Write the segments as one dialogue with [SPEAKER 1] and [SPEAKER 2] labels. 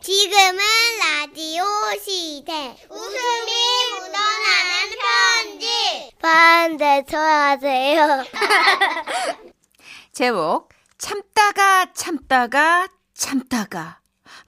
[SPEAKER 1] 지금은 라디오 시대. 웃음이 묻어나는 편지. 반대쳐 하세요.
[SPEAKER 2] 제목 참다가 참다가 참다가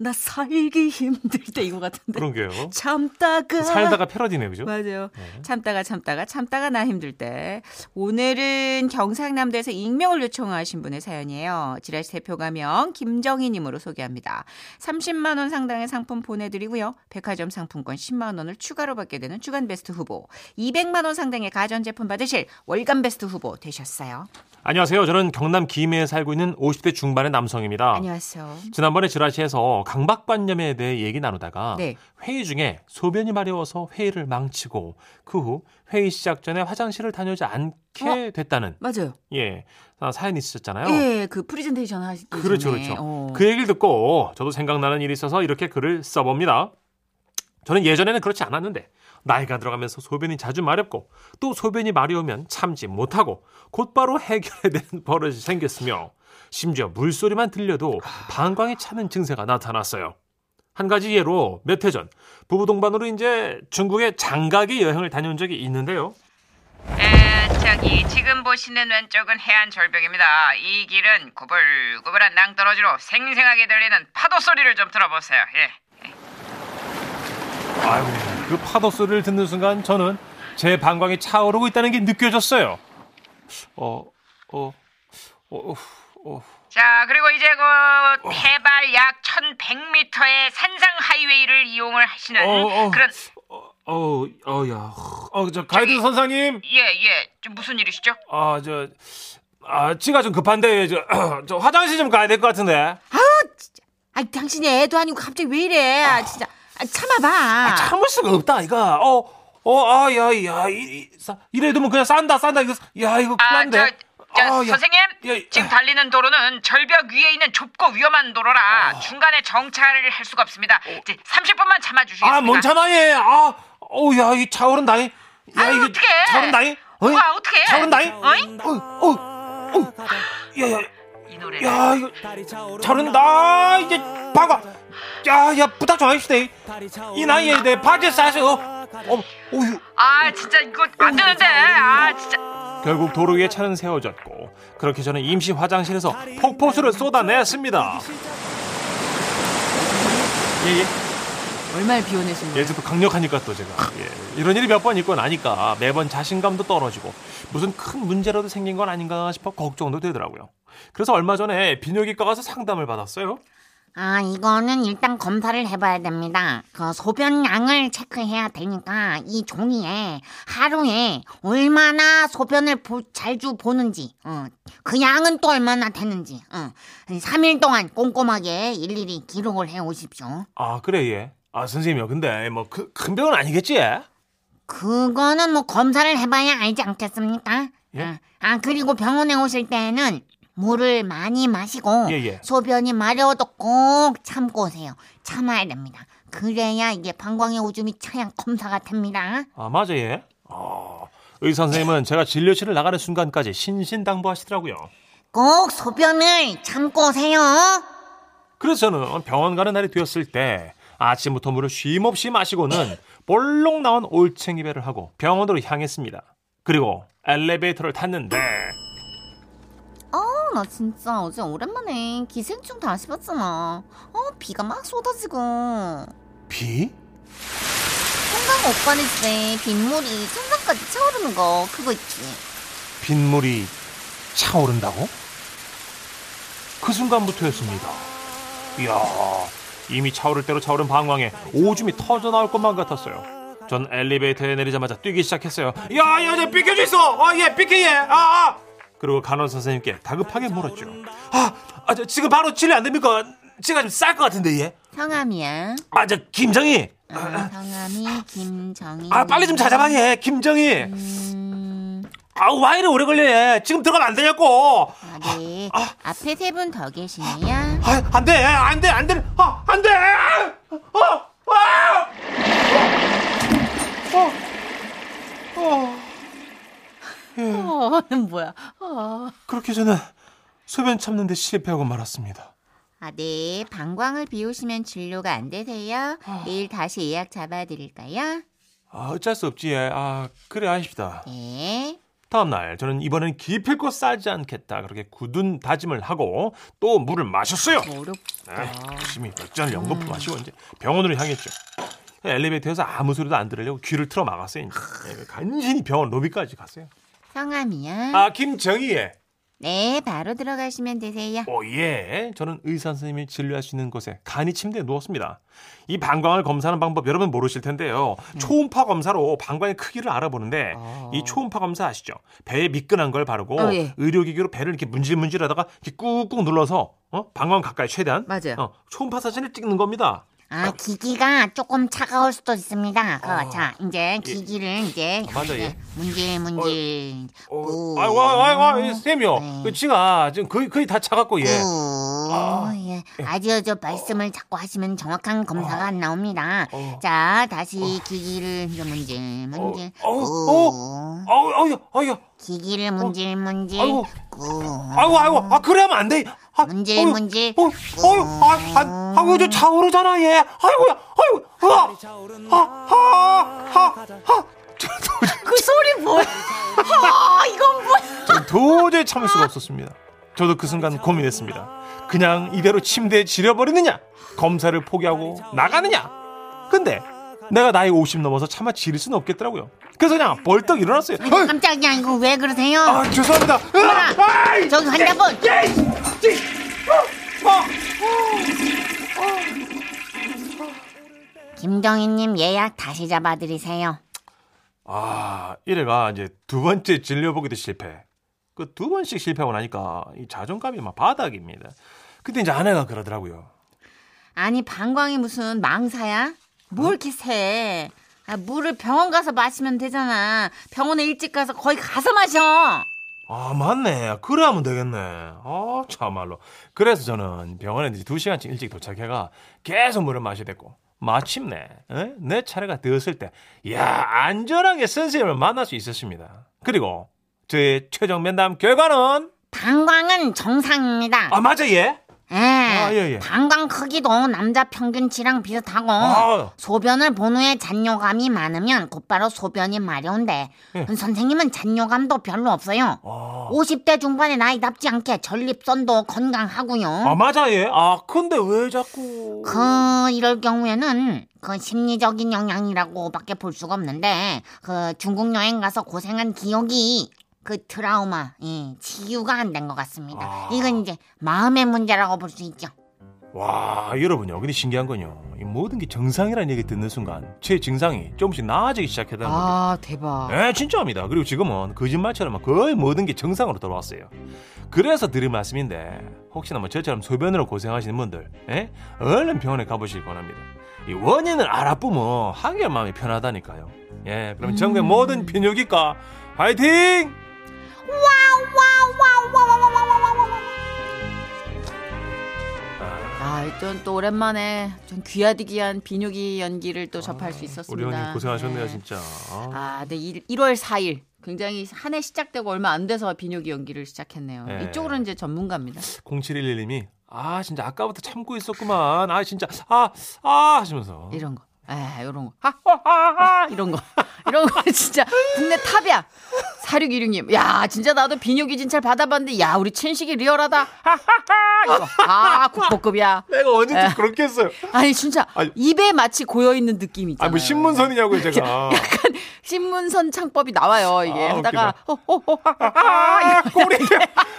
[SPEAKER 2] 나 살기 힘들 때 이거 같은데
[SPEAKER 3] 그런 게요.
[SPEAKER 2] 참다가
[SPEAKER 3] 살다가 패러디네 그죠?
[SPEAKER 2] 맞아요.
[SPEAKER 3] 네.
[SPEAKER 2] 참다가 참다가 참다가 나 힘들 때 오늘은 경상남도에서 익명을 요청하신 분의 사연이에요. 지라시 대표 가명 김정희님으로 소개합니다. 30만 원 상당의 상품 보내드리고요. 백화점 상품권 10만 원을 추가로 받게 되는 주간 베스트 후보, 200만 원 상당의 가전 제품 받으실 월간 베스트 후보 되셨어요.
[SPEAKER 3] 안녕하세요. 저는 경남 김해에 살고 있는 50대 중반의 남성입니다.
[SPEAKER 2] 안녕하세요.
[SPEAKER 3] 지난번에 지라시에서 강박관념에 대해 얘기 나누다가
[SPEAKER 2] 네.
[SPEAKER 3] 회의 중에 소변이 마려워서 회의를 망치고 그 후 회의 시작 전에 화장실을 다녀오지 않게 됐다는
[SPEAKER 2] 맞아요.
[SPEAKER 3] 예 아, 사연이 있으셨잖아요.
[SPEAKER 2] 어? 예, 그 프레젠테이션 하시기 전에.
[SPEAKER 3] 그렇죠, 그렇죠.
[SPEAKER 2] 어.
[SPEAKER 3] 그 얘기를 듣고 저도 생각나는 일이 있어서 이렇게 글을 써봅니다. 저는 예전에는 그렇지 않았는데 나이가 들어가면서 소변이 자주 마렵고 또 소변이 마려우면 참지 못하고 곧바로 해결해야 되는 버릇이 생겼으며 심지어 물소리만 들려도 방광이 차는 증세가 나타났어요. 한 가지 예로 몇 해 전 부부 동반으로 이제 중국에 장가기 여행을 다녀온 적이 있는데요.
[SPEAKER 4] 에, 아, 저기 지금 보시는 왼쪽은 해안 절벽입니다. 이 길은 구불구불한 낭떠러지로 생생하게 들리는 파도 소리를 좀 들어보세요. 예.
[SPEAKER 3] 아유, 그 파도 소리를 듣는 순간 저는 제 방광이 차오르고 있다는 게 느껴졌어요. 어, 어, 어, 어,
[SPEAKER 4] 자 그리고 이제 그 해발 약 1,100m의 산상 하이웨이를 이용을 하시는
[SPEAKER 3] 어, 어.
[SPEAKER 4] 그런
[SPEAKER 3] 어, 어, 어, 야, 어, 저 가이드 선사님,
[SPEAKER 4] 예예 좀 무슨 일이시죠?
[SPEAKER 3] 아, 저, 아, 지가 좀 급한데 저, 저 화장실 좀 가야 될 것 같은데.
[SPEAKER 2] 아, 당신이 애도 아니고 갑자기 왜 이래? 아, 진짜. 아, 참아봐.
[SPEAKER 3] 참을 수가 없다 이거. 어, 어, 아, 야, 야, 이, 이, 싸- 이래 두면 그냥 싼다, 싼다 이거, 야, 이거 큰데.
[SPEAKER 4] 아저 저, 선생님
[SPEAKER 3] 예,
[SPEAKER 4] 지금
[SPEAKER 3] 아.
[SPEAKER 4] 달리는 도로는 절벽 위에 있는 좁고 위험한 도로라
[SPEAKER 3] 아.
[SPEAKER 4] 중간에 정차를 할 수가 없습니다. 이제 30분만 참아주시겠습니까?
[SPEAKER 3] 어. 아, 멍청아 얘. 아, 어, 야, 이 차오른다니. 야,
[SPEAKER 4] 아유,
[SPEAKER 3] 이게
[SPEAKER 4] 어떡해.
[SPEAKER 3] 차오른다니. 어이?
[SPEAKER 4] 우와, 어떡해.
[SPEAKER 3] 차오른다니.
[SPEAKER 4] 어이?
[SPEAKER 3] 어, 어, 어. 야, 야,
[SPEAKER 4] 이 노래를
[SPEAKER 3] 야, 이거 차오른다. 이제 봐봐. 야, 야, 부탁 좀 하시다. 이 나이에 내 바지 싸서. 어, 어휴.
[SPEAKER 4] 아 진짜 이거 안 되는데 아 진짜
[SPEAKER 3] 결국 도로 위에 차는 세워졌고 그렇게 저는 임시 화장실에서 폭포수를 쏟아냈습니다. 예, 예.
[SPEAKER 2] 얼마나 비워내신 거예요?
[SPEAKER 3] 예전부터 강력하니까 또 제가 예, 이런 일이 몇 번 있고 나니까 매번 자신감도 떨어지고 무슨 큰 문제라도 생긴 건 아닌가 싶어 걱정도 되더라고요. 그래서 얼마 전에 비뇨기과 가서 상담을 받았어요.
[SPEAKER 5] 아, 이거는 일단 검사를 해봐야 됩니다. 그 소변량을 체크해야 되니까 이 종이에 하루에 얼마나 소변을 보- 자주 보는지, 어, 그 양은 또 얼마나 되는지, 어, 3일 동안 꼼꼼하게 일일이 기록을 해 오십시오.
[SPEAKER 3] 아 그래 예. 아 선생님요. 근데 뭐 큰 병은 아니겠지? 예?
[SPEAKER 5] 그거는 뭐 검사를 해봐야 알지 않겠습니까?
[SPEAKER 3] 예?
[SPEAKER 5] 아, 아, 그리고 병원에 오실 때는 물을 많이 마시고
[SPEAKER 3] 예, 예.
[SPEAKER 5] 소변이 마려워도 꼭 참고 오세요. 참아야 됩니다. 그래야 이게 방광에 오줌이 차양 검사가 됩니다.
[SPEAKER 3] 아 맞아 예. 아, 의사 선생님은 제가 진료실을 나가는 순간까지 신신당부하시더라고요.
[SPEAKER 5] 꼭 소변을 참고 오세요. 어,
[SPEAKER 3] 그래서 저는 병원 가는 날이 되었을 때 아침부터 물을 쉼없이 마시고는 볼록 나온 올챙이 배를 하고 병원으로 향했습니다. 그리고 엘리베이터를 탔는데
[SPEAKER 5] 어, 나 진짜 어제 오랜만에 기생충 다시 봤잖아. 어, 비가 막 쏟아지고.
[SPEAKER 3] 비?
[SPEAKER 5] 한강 오빠네 집에 빗물이 천장까지 차오르는 거 그거 있지.
[SPEAKER 3] 빗물이 차오른다고? 그 순간부터였습니다. 이야, 이미 차오를 대로 차오른 방황에 오줌이 터져 나올 것만 같았어요. 전 엘리베이터에 내리자마자 뛰기 시작했어요. 야, 야, 야, 비켜줘 있어. 아, 예, 비켜, 예. 아, 아. 그리고 간호 선생님께 다급하게 물었죠. 아, 아, 저 지금 바로 진료 안 됩니까? 제가 좀 쌀 것 같은데, 예.
[SPEAKER 5] 성함이야.
[SPEAKER 3] 아, 저 김정희.
[SPEAKER 5] 아, 성함이 김정희.
[SPEAKER 3] 아, 빨리 좀 찾아봐, 예. 김정희.
[SPEAKER 5] 음,
[SPEAKER 3] 아, 와 이래 오래 걸려, 예. 지금 들어가면 안 되냐고.
[SPEAKER 5] 아, 네. 앞에 세 분 더 계시네요.
[SPEAKER 3] 아, 안 돼, 안 돼, 안 돼, 아, 안 돼! 어, 아! 어, 어.
[SPEAKER 2] 어, 뭐야. 어.
[SPEAKER 3] 그렇게 저는 소변 참는데 실패하고 말았습니다.
[SPEAKER 6] 아, 네. 방광을 비우시면 진료가 안 되세요. 내일 다시 예약 잡아드릴까요?
[SPEAKER 3] 아, 어쩔 수 없지. 예. 아, 그래 하십시다.
[SPEAKER 6] 네.
[SPEAKER 3] 다음날 저는 이번엔 기필코 싸지 않겠다. 그렇게 굳은 다짐을 하고 또 물을 마셨어요.
[SPEAKER 6] 어렵다.
[SPEAKER 3] 아, 열심히 맥주를 연거푸 마시고 이제 병원으로 향했죠. 엘리베이터에서 아무 소리도 안 들으려고 귀를 틀어 막았어요. 이제. 예, 간신히 병원 로비까지 갔어요.
[SPEAKER 6] 성함이요?
[SPEAKER 3] 아, 김정희의
[SPEAKER 6] 네, 바로 들어가시면 되세요.
[SPEAKER 3] 오예. 저는 의사 선생님이 진료하시는 곳에 간이 침대에 누웠습니다. 이 방광을 검사하는 방법 여러분 모르실 텐데요. 초음파 검사로 방광의 크기를 알아보는데 이 초음파 검사 아시죠? 배에 미끈한 걸 바르고
[SPEAKER 5] 어, 예.
[SPEAKER 3] 의료기기로 배를 이렇게 문질문질하다가 이렇게 꾹꾹 눌러서 어? 방광 가까이 최대한
[SPEAKER 5] 맞아요.
[SPEAKER 3] 어, 초음파 사진을 찍는 겁니다.
[SPEAKER 1] 아, 기기가 조금 차가울 수도 있습니다. 그, 자, 이제 기기를 이제
[SPEAKER 3] 예. 아, 맞아, 예.
[SPEAKER 1] 문질 문질.
[SPEAKER 3] 어,
[SPEAKER 1] 꾹.
[SPEAKER 3] 아이 와, 와, 와, 이 쌤이요.
[SPEAKER 1] 네.
[SPEAKER 3] 그 지가 지금 거의 거의 다 차갑고 예.
[SPEAKER 1] 꾹.
[SPEAKER 3] 아.
[SPEAKER 1] 예. 아주 저 말씀을 자꾸 하시면 정확한 검사가 안 나옵니다.
[SPEAKER 3] 어.
[SPEAKER 1] 자, 다시 기기를 이제 문질 문질.
[SPEAKER 3] 어, 어,
[SPEAKER 1] 꾹.
[SPEAKER 3] 아우, 아우, 아우,
[SPEAKER 1] 기기를 문질 문질.
[SPEAKER 3] 아이고.
[SPEAKER 1] 꾹.
[SPEAKER 3] 아이고, 아이고, 아 그래 하면 안 돼. 아,
[SPEAKER 1] 네. 문질,
[SPEAKER 3] 어휴,
[SPEAKER 1] 문질.
[SPEAKER 3] 어, 어휴, 아, 아, 아이고 저 차오르잖아 얘. 아이고야, 아이고, 으아, 아, 아, 아, 아.
[SPEAKER 1] 그 소리 뭐야? 아, 이건 뭐야?
[SPEAKER 3] 저는 도저히 참을 수가 없었습니다. 저도 그 순간 고민했습니다. 그냥 이대로 침대에 지려버리느냐, 검사를 포기하고 나가느냐. 근데 내가 나이 50 넘어서 차마 지릴 수는 없겠더라고요. 그래서 그냥 벌떡 일어났어요. 어이,
[SPEAKER 1] 깜짝이야, 이거 왜 그러세요?
[SPEAKER 3] 아 죄송합니다. 으아, 아이,
[SPEAKER 1] 저기 환자분!
[SPEAKER 3] 예, 예, 어, 어.
[SPEAKER 1] 김정희님 예약 다시 잡아드리세요.
[SPEAKER 3] 아, 이래가 이제 두 번째 진료보기도 실패. 그 두 번씩 실패하고 나니까 이 자존감이 막 바닥입니다. 그때 이제 아내가 그러더라고요.
[SPEAKER 6] 아니, 방광이 무슨 망사야?
[SPEAKER 3] 어?
[SPEAKER 6] 뭘 이렇게 세? 아, 물을 병원 가서 마시면 되잖아. 병원에 일찍 가서 거기 가서 마셔.
[SPEAKER 3] 아, 맞네. 그래 하면 되겠네. 아, 참말로. 그래서 저는 병원에 이제 두 시간쯤 일찍 도착해가 계속 물을 마셔야 됐고. 마침내 에? 내 차례가 되었을 때, 이야, 안전하게 선생님을 만날 수 있었습니다. 그리고 저의 최종 면담 결과는,
[SPEAKER 1] 방광은 정상입니다.
[SPEAKER 3] 아, 맞아, 예?
[SPEAKER 1] 예.
[SPEAKER 3] 아, 예, 예.
[SPEAKER 1] 방광 크기도 남자 평균치랑 비슷하고
[SPEAKER 3] 아.
[SPEAKER 1] 소변을 본 후에 잔뇨감이 많으면 곧바로 소변이 마려운데 음,
[SPEAKER 3] 예.
[SPEAKER 1] 선생님은 잔뇨감도 별로 없어요.
[SPEAKER 3] 아.
[SPEAKER 1] 50대 중반의 나이답지 않게 전립선도 건강하고요.
[SPEAKER 3] 아 맞아 예. 아 근데 왜 자꾸?
[SPEAKER 1] 그 이럴 경우에는 그 심리적인 영향이라고밖에 볼 수가 없는데 그 중국 여행 가서 고생한 기억이 그 트라우마 예, 치유가 안 된 것 같습니다.
[SPEAKER 3] 아.
[SPEAKER 1] 이건 이제 마음의 문제라고 볼 수 있죠.
[SPEAKER 3] 와 여러분요. 근데 신기한 건요. 이 모든 게 정상이라는 얘기 듣는 순간 제 증상이 조금씩 나아지기 시작했다는 거예요.
[SPEAKER 5] 아, 대박.
[SPEAKER 3] 예, 진짜입니다. 그리고 지금은 거짓말처럼 거의 모든 게 정상으로 돌아왔어요. 그래서 드린 말씀인데 혹시나 뭐 저처럼 소변으로 고생하시는 분들, 예? 얼른 병원에 가보시길 권합니다. 이 원인을 알아보면 한결 마음이 편하다니까요. 예, 그럼
[SPEAKER 5] 음.
[SPEAKER 3] 전국의 모든 비뇨기과 화이팅!
[SPEAKER 5] 아, 일단 또 오랜만에 좀 귀하디귀한 비뇨기 연기를 또 접할 수 있었습니다.
[SPEAKER 3] 아, 우리 형님 고생하셨네요
[SPEAKER 5] 네.
[SPEAKER 3] 진짜.
[SPEAKER 5] 아, 네. 일- 1월 4일. 굉장히 한 해 시작되고 얼마 안 돼서 비뇨기 연기를 시작했네요.
[SPEAKER 3] 네.
[SPEAKER 5] 이쪽으로는 이제 전문가입니다.
[SPEAKER 3] 0711님이 아 진짜 아까부터 참고 있었구만 아 진짜 아 아 하시면서
[SPEAKER 5] 이런 거. 에, 이런 거. 하, 허, 하, 하, 이런 거. 이런 거 진짜 국내 탑이야. 4616님. 야, 진짜 나도 비뇨기 진찰 받아봤는데, 야, 우리 친식이 리얼하다. 하, 하, 하. 이거. 아, 국보급이야.
[SPEAKER 3] 내가
[SPEAKER 7] 아.
[SPEAKER 3] 언제쯤 그렇게 했어요
[SPEAKER 5] 아니, 진짜
[SPEAKER 3] 아니.
[SPEAKER 5] 입에 마치 고여있는 느낌이 있잖아요.
[SPEAKER 3] 아 뭐 신문선이냐고요 제가
[SPEAKER 5] 약간 신문선 창법이 나와요, 이게.
[SPEAKER 3] 아,
[SPEAKER 5] 하다가,
[SPEAKER 3] 웃기다.
[SPEAKER 5] 어, 어, 어, 하, 하, 하.
[SPEAKER 3] 아 꼬리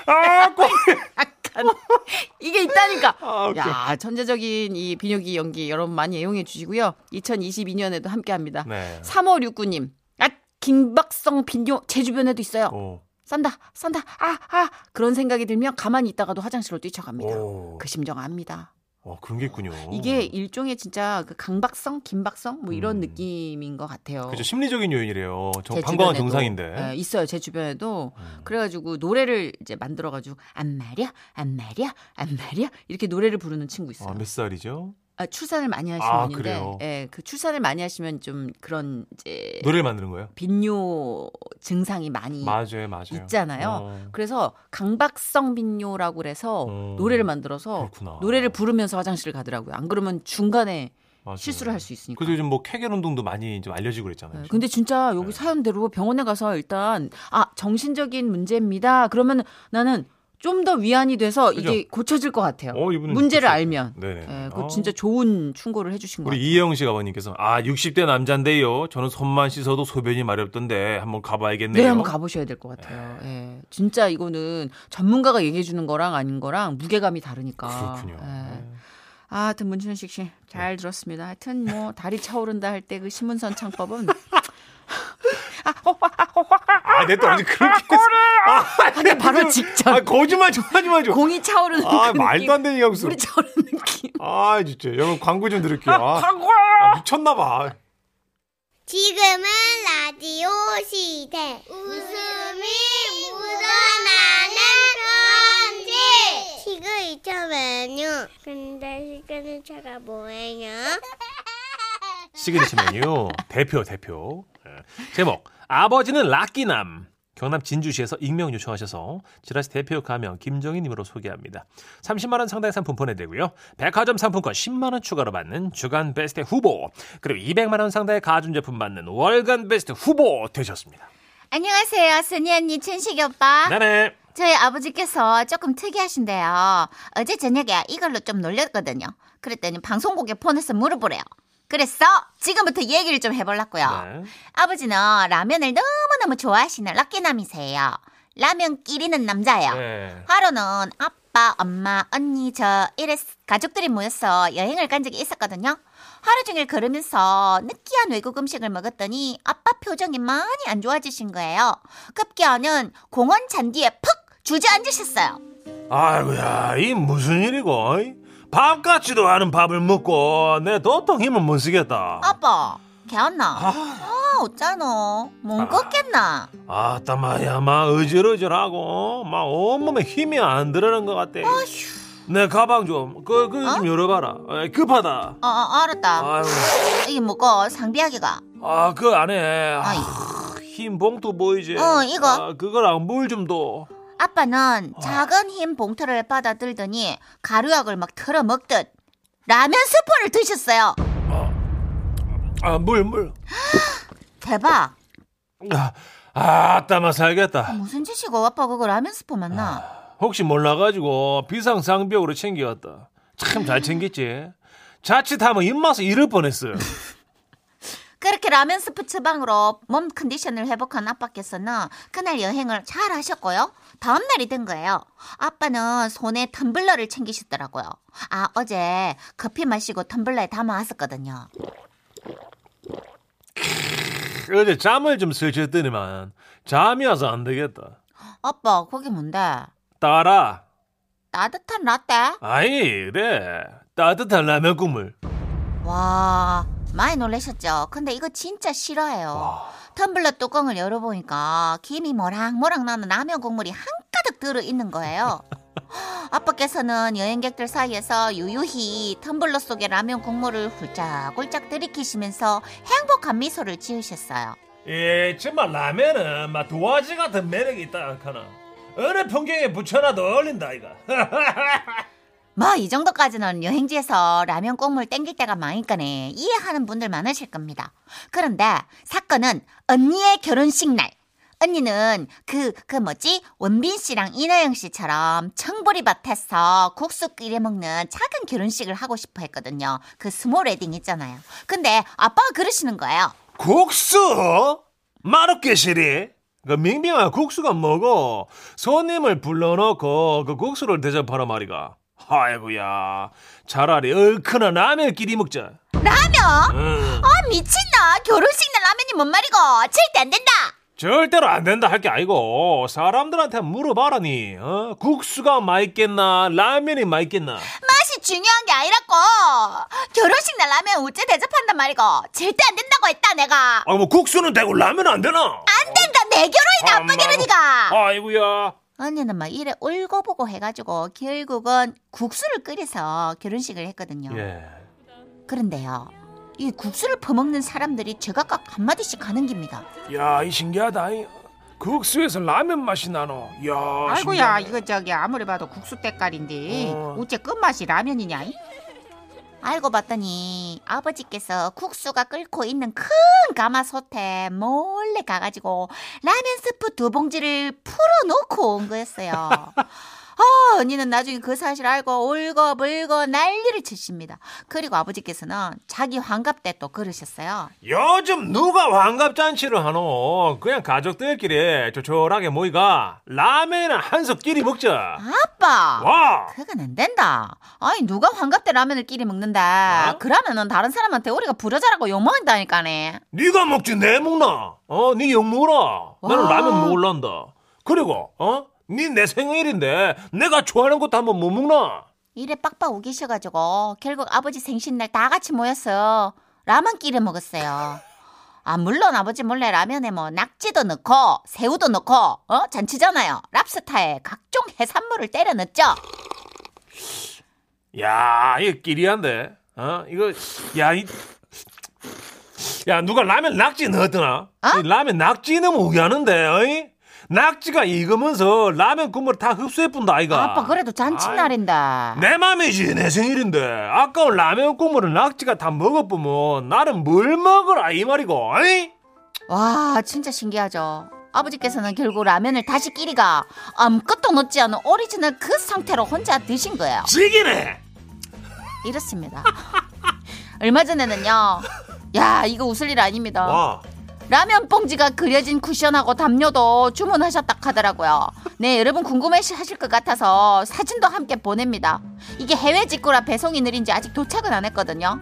[SPEAKER 3] 아 꼬리
[SPEAKER 5] 약간 이게 있다니까.
[SPEAKER 3] 아, 웃겨.
[SPEAKER 5] 야 천재적인 이 비뇨기 연기 여러분 많이 애용해 주시고요. 2022년에도 함께합니다.
[SPEAKER 3] 네.
[SPEAKER 5] 3569님. 아 긴박성 비뇨 제 주변에도 있어요.
[SPEAKER 3] 오,
[SPEAKER 5] 싼다 싼다 아 아 그런 생각이 들면 가만히 있다가도 화장실로 뛰쳐갑니다.
[SPEAKER 3] 오.
[SPEAKER 5] 그 심정 압니다.
[SPEAKER 3] 어 그런 게 있군요
[SPEAKER 5] 이게 일종의 진짜 그 강박성, 긴박성 뭐 이런
[SPEAKER 3] 음.
[SPEAKER 5] 느낌인 것 같아요.
[SPEAKER 3] 그죠 심리적인 요인이래요 저
[SPEAKER 5] 제
[SPEAKER 3] 방광은
[SPEAKER 5] 주변에도.
[SPEAKER 3] 정상인데 음.
[SPEAKER 5] 예, 있어요 제 주변에도 그래가지고 노래를 이제 만들어가지고 안 말이야 안 말이야 안 말이야 이렇게 노래를 부르는 친구 있어요.
[SPEAKER 3] 아, 몇 살이죠
[SPEAKER 5] 예,
[SPEAKER 7] 아, 출산을 많이 하신
[SPEAKER 3] 아,
[SPEAKER 7] 분인데,
[SPEAKER 3] 그래요?
[SPEAKER 7] 예, 그 출산을 많이 하시면 좀 그런 이제
[SPEAKER 3] 노래를 만드는 거예요?
[SPEAKER 7] 빈뇨 증상이 네. 많이
[SPEAKER 3] 맞아요, 맞아요.
[SPEAKER 7] 있잖아요.
[SPEAKER 3] 어.
[SPEAKER 7] 그래서 강박성 빈뇨라고 그래서
[SPEAKER 3] 음,
[SPEAKER 7] 노래를 만들어서
[SPEAKER 3] 그렇구나.
[SPEAKER 7] 노래를 부르면서 화장실을 가더라고요. 안 그러면 중간에
[SPEAKER 3] 맞아요.
[SPEAKER 7] 실수를 할 수 있으니까.
[SPEAKER 3] 그래서 요즘 뭐 쾌결 운동도 많이 좀 알려지고 그랬잖아요.
[SPEAKER 7] 네, 근데 진짜 여기 사연대로 병원에 가서 일단 아 정신적인 문제입니다. 그러면 나는 좀 더 위안이 돼서 이게 고쳐질 것 같아요.
[SPEAKER 3] 어, 이분은
[SPEAKER 7] 문제를
[SPEAKER 3] 그렇죠.
[SPEAKER 7] 알면.
[SPEAKER 3] 네네.
[SPEAKER 7] 예, 그거
[SPEAKER 3] 어.
[SPEAKER 7] 진짜 좋은 충고를 해주신 것 같아요.
[SPEAKER 3] 우리 이영 씨 아버님께서 아 60대 남자인데요. 저는 손만 씻어도 소변이 마렵던데 한번 가봐야겠네요. 네.
[SPEAKER 7] 네, 한번 가보셔야 될 것 같아요. 예. 진짜 이거는 전문가가 얘기해 주는 거랑 아닌 거랑 무게감이 다르니까.
[SPEAKER 3] 그렇군요. 어.
[SPEAKER 7] 예. 아, 하여튼 문춘식 씨
[SPEAKER 3] 네.
[SPEAKER 7] 잘 들었습니다. 하여튼 뭐 다리 차오른다 할 때 그 신문선 창법은
[SPEAKER 3] 아, 내또 언제 그렇게 했어? 아,
[SPEAKER 7] 근데 바로 직전.
[SPEAKER 3] 아, 거짓말 좀 하지 마죠.
[SPEAKER 7] 공이 차오르는
[SPEAKER 3] 아,
[SPEAKER 7] 그
[SPEAKER 3] 말도 안
[SPEAKER 7] 느낌.
[SPEAKER 3] 되는 얘기 하고 있어.
[SPEAKER 7] 물이 차오르는 느낌.
[SPEAKER 3] 아, 진짜. 여러분 광고 좀 들을게요. 아, 아, 미쳤나 봐.
[SPEAKER 1] 지금은 라디오 시대. 웃음이 묻어나는 편지. 지금 이참에요. 근데 시간의 차가 뭐예요?
[SPEAKER 3] 시그니처 메뉴 대표 대표 예. 제목 아버지는 락기남 경남 진주시에서 익명 요청하셔서 지라시 대표 가명 김정희님으로 소개합니다. 30만 원 상당의 상품 보내드리고요. 백화점 상품권 10만 원 추가로 받는 주간 베스트 후보 그리고 200만 원 상당의 가전 제품 받는 월간 베스트 후보 되셨습니다.
[SPEAKER 5] 안녕하세요, 순이 언니, 춘식이 오빠.
[SPEAKER 3] 네네.
[SPEAKER 5] 저희 아버지께서 조금 특이하신데요. 어제 저녁에 이걸로 좀 놀렸거든요. 그랬더니 방송국에 폰에서 물어보래요. 그래서 지금부터 얘기를 좀 해보려고요.
[SPEAKER 3] 네.
[SPEAKER 5] 아버지는 라면을 너무너무 좋아하시는 럭키남이세요. 라면 끼리는 남자예요.
[SPEAKER 3] 네.
[SPEAKER 5] 하루는 아빠, 엄마, 언니, 저 이래 가족들이 모여서 여행을 간 적이 있었거든요. 하루 종일 걸으면서 느끼한 외국 음식을 먹었더니 아빠 표정이 많이 안 좋아지신 거예요. 급기야는 공원 잔디에 푹 주저앉으셨어요.
[SPEAKER 3] 아이고야 이 무슨 일이고 이? 밥 같지도 않은 밥을 먹고 내 도통 힘을 못 쓰겠다.
[SPEAKER 5] 아빠, 개웠나? 아, 어쩌노? 못 걷겠나?
[SPEAKER 3] 아따 마야 막 어질어질하고 막 온몸에 힘이 안 들어가는 것 같아 내 가방 좀그 그 좀 열어봐라 에, 급하다
[SPEAKER 5] 어, 어, 알았다.
[SPEAKER 3] 아유
[SPEAKER 5] 이게 뭐고, 상비하기가.
[SPEAKER 3] 아그 안에 아,
[SPEAKER 5] 아이.
[SPEAKER 3] 흰 봉투 뭐 보이지
[SPEAKER 5] 어, 이거.
[SPEAKER 3] 아, 그거랑 물 좀둬
[SPEAKER 5] 아빠는 작은 흰 봉투를 받아들더니 가루약을 막 털어 먹듯 라면 스프를 드셨어요.
[SPEAKER 3] 아, 물물
[SPEAKER 5] 대박.
[SPEAKER 3] 아, 아따 마 살겠다
[SPEAKER 5] 무슨 짓이고 아빠 그거 라면 스프 맞나?
[SPEAKER 3] 혹시 몰라가지고 비상상벽으로 챙겨왔다 참 잘 챙겼지 자칫하면 입맛을 잃을 뻔했어
[SPEAKER 5] 그렇게 라면 스프 처방으로 몸 컨디션을 회복한 아빠께서는 그날 여행을 잘 하셨고요. 다음 날이 된 거예요. 아빠는 손에 텀블러를 챙기셨더라고요. 아 어제 커피 마시고 텀블러에 담아왔었거든요.
[SPEAKER 3] 어제 잠을 좀 설쳤더니만 잠이 와서 안 되겠다
[SPEAKER 5] 아빠 거기 뭔데?
[SPEAKER 3] 따라
[SPEAKER 5] 따뜻한 라떼?
[SPEAKER 3] 아이 그래 따뜻한 라면 국물
[SPEAKER 5] 와 많이 놀라셨죠? 근데 이거 진짜 싫어해요. 텀블러 뚜껑을 열어보니까 김이 모락모락 나는 라면 국물이 한가득 들어있는 거예요. 아빠께서는 여행객들 사이에서 유유히 텀블러 속에 라면 국물을 훌쩍훌쩍 들이키시면서 행복한 미소를 지으셨어요.
[SPEAKER 3] 예 정말 라면은 막 도화지 같은 매력이 있다 하나 어느 풍경에 붙여놔도 어울린다 이거
[SPEAKER 5] 뭐 이 정도까지는 여행지에서 라면 국물 땡길 때가 많으니까네 이해하는 분들 많으실 겁니다. 그런데 사건은 언니의 결혼식 날. 언니는 그, 그 뭐지? 원빈 씨랑 이나영 씨처럼 청보리밭에서 국수 끓여 먹는 작은 결혼식을 하고 싶어 했거든요. 그 스몰 웨딩 있잖아요. 근데 아빠가 그러시는 거예요.
[SPEAKER 3] 국수 마룻게시리 그 밍밍한 국수가 뭐고 손님을 불러놓고 그 국수를 대접하라 말이가 아이고야 차라리 얼큰한 라면끼리 먹자
[SPEAKER 5] 라면?
[SPEAKER 3] 음,
[SPEAKER 5] 아, 미친다. 결혼식 날 라면이 뭔 말이고. 절대 안 된다.
[SPEAKER 3] 절대로 안 된다 할 게 아니고 사람들한테 물어봐라니 어? 국수가 맛있겠나 라면이 맛있겠나
[SPEAKER 5] 맛이 중요한 게 아니라고. 결혼식 날 라면 우째 대접한단 말이고. 절대 안 된다고 했다, 내가.
[SPEAKER 3] 아 뭐 국수는 되고 라면 은 되나?
[SPEAKER 5] 안 된다, 내 결혼이다, 아빠
[SPEAKER 3] 엄마.
[SPEAKER 5] 결혼이가.
[SPEAKER 3] 아이고야.
[SPEAKER 5] 언니는 막 이래 울고 보고 해가지고 결국은 국수를 끓여서 결혼식을 했거든요.
[SPEAKER 3] 예.
[SPEAKER 5] 그런데요. 이 국수를 퍼먹는 사람들이 제각각 한마디씩 하는 깁니다.
[SPEAKER 8] 야, 이 신기하다. 이. 국수에서 라면 맛이 나노. 야,
[SPEAKER 7] 아이고야
[SPEAKER 8] 신기하네.
[SPEAKER 7] 이거 저기 아무리 봐도 국수 때깔인데
[SPEAKER 8] 어.
[SPEAKER 7] 어째 끝맛이 라면이냐 이?
[SPEAKER 5] 알고 봤더니 아버지께서 국수가 끓고 있는 큰 가마솥에 몰래 가가지고 라면 스프 두 봉지를 풀어놓고 온 거였어요. 아, 언니는 나중에 그 사실 알고 울고불고 난리를 치십니다. 그리고 아버지께서는 자기 환갑 때 또 그러셨어요.
[SPEAKER 3] 요즘 누가 환갑잔치를 하노? 그냥 가족들끼리 조촐하게 모이가 라면이나 한석끼리 먹자.
[SPEAKER 7] 어?
[SPEAKER 5] 아빠!
[SPEAKER 3] 와!
[SPEAKER 5] 그건 안 된다. 아니 누가 환갑 때 라면을 끼리 먹는다.
[SPEAKER 3] 어?
[SPEAKER 5] 그러면은 다른 사람한테 우리가 부러자라고 욕먹는다니까네.
[SPEAKER 3] 네가 먹지 내 먹나? 어, 네욕 먹어라. 나는 라면 먹을란다. 그리고 어, 네 내 생일인데 내가 좋아하는 것도 한번 못 먹나?
[SPEAKER 5] 이래 빡빡 우기셔가지고 결국 아버지 생신날 다 같이 모였어요. 라면 끼리 먹었어요. 아 물론 아버지 몰래 라면에 뭐 낙지도 넣고 새우도 넣고 어 잔치잖아요. 랍스타에 각종 해산물을 때려 넣죠.
[SPEAKER 3] 야, 이거 끼리한데. 어, 이거 야, 이, 야 누가 라면 낙지 넣었더나?
[SPEAKER 5] 아?
[SPEAKER 3] 이 라면 낙지 넣으면 우기하는데, 어이? 낙지가 익으면서 라면 국물 다 흡수해 뿐다 아이가.
[SPEAKER 5] 아빠 그래도 잔치날인데.
[SPEAKER 3] 내 맘이지 내 생일인데 아까운 라면 국물을 낙지가 다 먹어보면 나는 뭘 먹으라 이 말이고 어이?
[SPEAKER 5] 와 진짜 신기하죠. 아버지께서는 결국 라면을 다시 끼리가 아무것도 넣지 않은 오리지널 그 상태로 혼자 드신 거예요.
[SPEAKER 3] 지기네
[SPEAKER 5] 이렇습니다. 얼마 전에는요. 야 이거 웃을 일 아닙니다.
[SPEAKER 3] 와
[SPEAKER 5] 라면 봉지가 그려진 쿠션하고 담요도 주문하셨다 하더라고요. 네, 여러분 궁금해하실 것 같아서 사진도 함께 보냅니다. 이게 해외 직구라 배송이 느린지 아직 도착은 안 했거든요.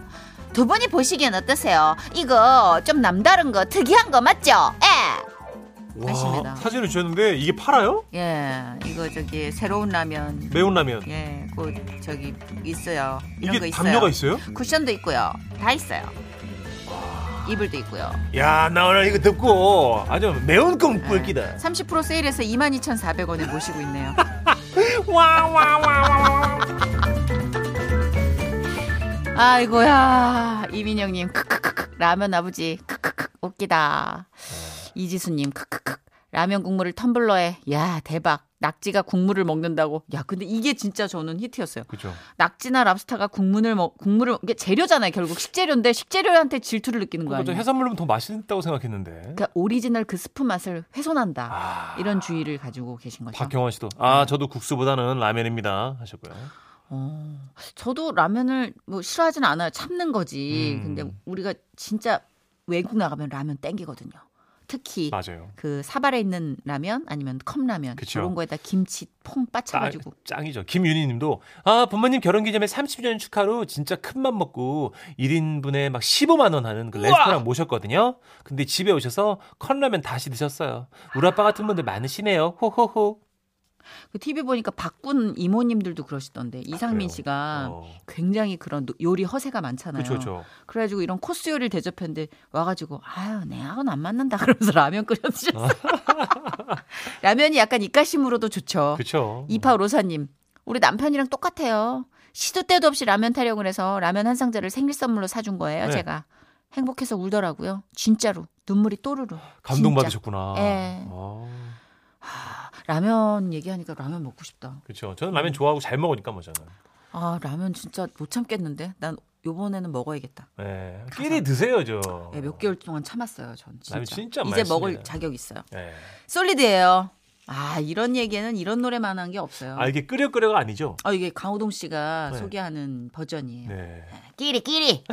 [SPEAKER 5] 두 분이 보시기엔 어떠세요? 이거 좀 남다른 거, 특이한 거 맞죠? 예!
[SPEAKER 7] 맛있습니다.
[SPEAKER 3] 사진을 주셨는데 이게 팔아요?
[SPEAKER 7] 예 이거 저기 새로운 라면
[SPEAKER 3] 매운 라면
[SPEAKER 7] 예, 그 저기 있어요. 이런 거
[SPEAKER 3] 이게
[SPEAKER 7] 있어요.
[SPEAKER 3] 담요가 있어요?
[SPEAKER 7] 쿠션도 있고요. 다 있어요. 이불도 있고요.
[SPEAKER 3] 야 나 오늘 이거 듣고 아주 매운 꿈
[SPEAKER 7] 네.
[SPEAKER 3] 꿀기다
[SPEAKER 7] 30% 예. 세일해서 22,400원에 모시고 있네요. 아이고야 이민영님 크크크크 라면 아버지 크크크 웃기다 이지수님 크크크 라면 국물을 텀블러에 야 대박 낙지가 국물을 먹는다고 야 근데 이게 진짜 저는 히트였어요
[SPEAKER 3] 그죠
[SPEAKER 7] 낙지나 랍스타가 국물을 먹 국물을 먹- 이게 재료잖아요 결국 식재료인데 식재료한테 질투를 느끼는 거
[SPEAKER 3] 그거 좀
[SPEAKER 7] 아니에요
[SPEAKER 3] 해산물로면 더 맛있다고 생각했는데
[SPEAKER 7] 그러니까 오리지널 그 스프 맛을 훼손한다
[SPEAKER 3] 아
[SPEAKER 7] 이런 주의를 가지고 계신 거죠
[SPEAKER 3] 박경원 씨도 아 저도 국수보다는 라면입니다 하셨고요
[SPEAKER 7] 어, 저도 라면을 뭐 싫어하진 않아요. 참는 거지.
[SPEAKER 3] 음.
[SPEAKER 7] 근데 우리가 진짜 외국 나가면 라면 땡기거든요. 특히
[SPEAKER 3] 맞아요
[SPEAKER 7] 그 사발에 있는 라면 아니면 컵라면
[SPEAKER 3] 그쵸. 아.
[SPEAKER 7] 그런 거에다 김치 퐁 빠쳐가지고
[SPEAKER 3] 짱- 짱이죠. 김윤희 님도 아, 부모님 결혼 기념에 30주년 축하로 진짜 큰맘 먹고 1인분에 막 15만 원 하는 그 레스토랑 모셨거든요. 근데 집에 오셔서 컵라면 다시 드셨어요. 우리 아빠 같은 분들 많으시네요. 호호호.
[SPEAKER 7] 그 TV 보니까 바꾼 이모님들도
[SPEAKER 3] 아,
[SPEAKER 7] 그러시던데 이상민 씨가 굉장히 그런 노- 요리 허세가 많잖아요.
[SPEAKER 3] 어. 그렇죠. 그렇죠.
[SPEAKER 7] 래가지고 이런 코스 요리를 대접했는데 와가지고 아유 내하고는 안 맞는다 그러면서 라면 끓여 드셨어요. 라면이 약간 입가심으로도 좋죠.
[SPEAKER 3] 그렇죠.
[SPEAKER 7] 어. 이파 로사님, 우리 남편이랑 똑같아요. 시도 때도 없이 라면 타령을 해서 라면 한 상자를 생일 선물로 사준 거예요.
[SPEAKER 3] 네.
[SPEAKER 7] 제가 행복해서 울더라고요. 진짜로 눈물이 또르르.
[SPEAKER 3] 감동
[SPEAKER 7] 진짜.
[SPEAKER 3] 받으셨구나.
[SPEAKER 7] 예.
[SPEAKER 3] 아,
[SPEAKER 7] 하, 라면 얘기하니까 라면 먹고 싶다.
[SPEAKER 3] 그렇죠. 저는 라면 좋아하고 잘 먹으니까 뭐 저는.
[SPEAKER 7] 아 라면 진짜 못 참겠는데 난 요번에는 먹어야겠다.
[SPEAKER 3] 예. 끼리 드세요, 저.
[SPEAKER 7] 예, 몇 개월 동안 참았어요. 전 진짜.
[SPEAKER 3] 어. 라면 진짜
[SPEAKER 7] 이제
[SPEAKER 3] 맛있습니다.
[SPEAKER 7] 먹을 자격 있어요.
[SPEAKER 3] 예.
[SPEAKER 7] 솔리드예요. 아 이런 얘기에는 이런 노래만 한 게 없어요.
[SPEAKER 3] 아, 이게 끓여 끓여가 아니죠?
[SPEAKER 7] 아 이게 강호동 씨가
[SPEAKER 3] 네.
[SPEAKER 7] 예. 소개하는 버전이에요.
[SPEAKER 3] 네.
[SPEAKER 5] 끼리, 끼리!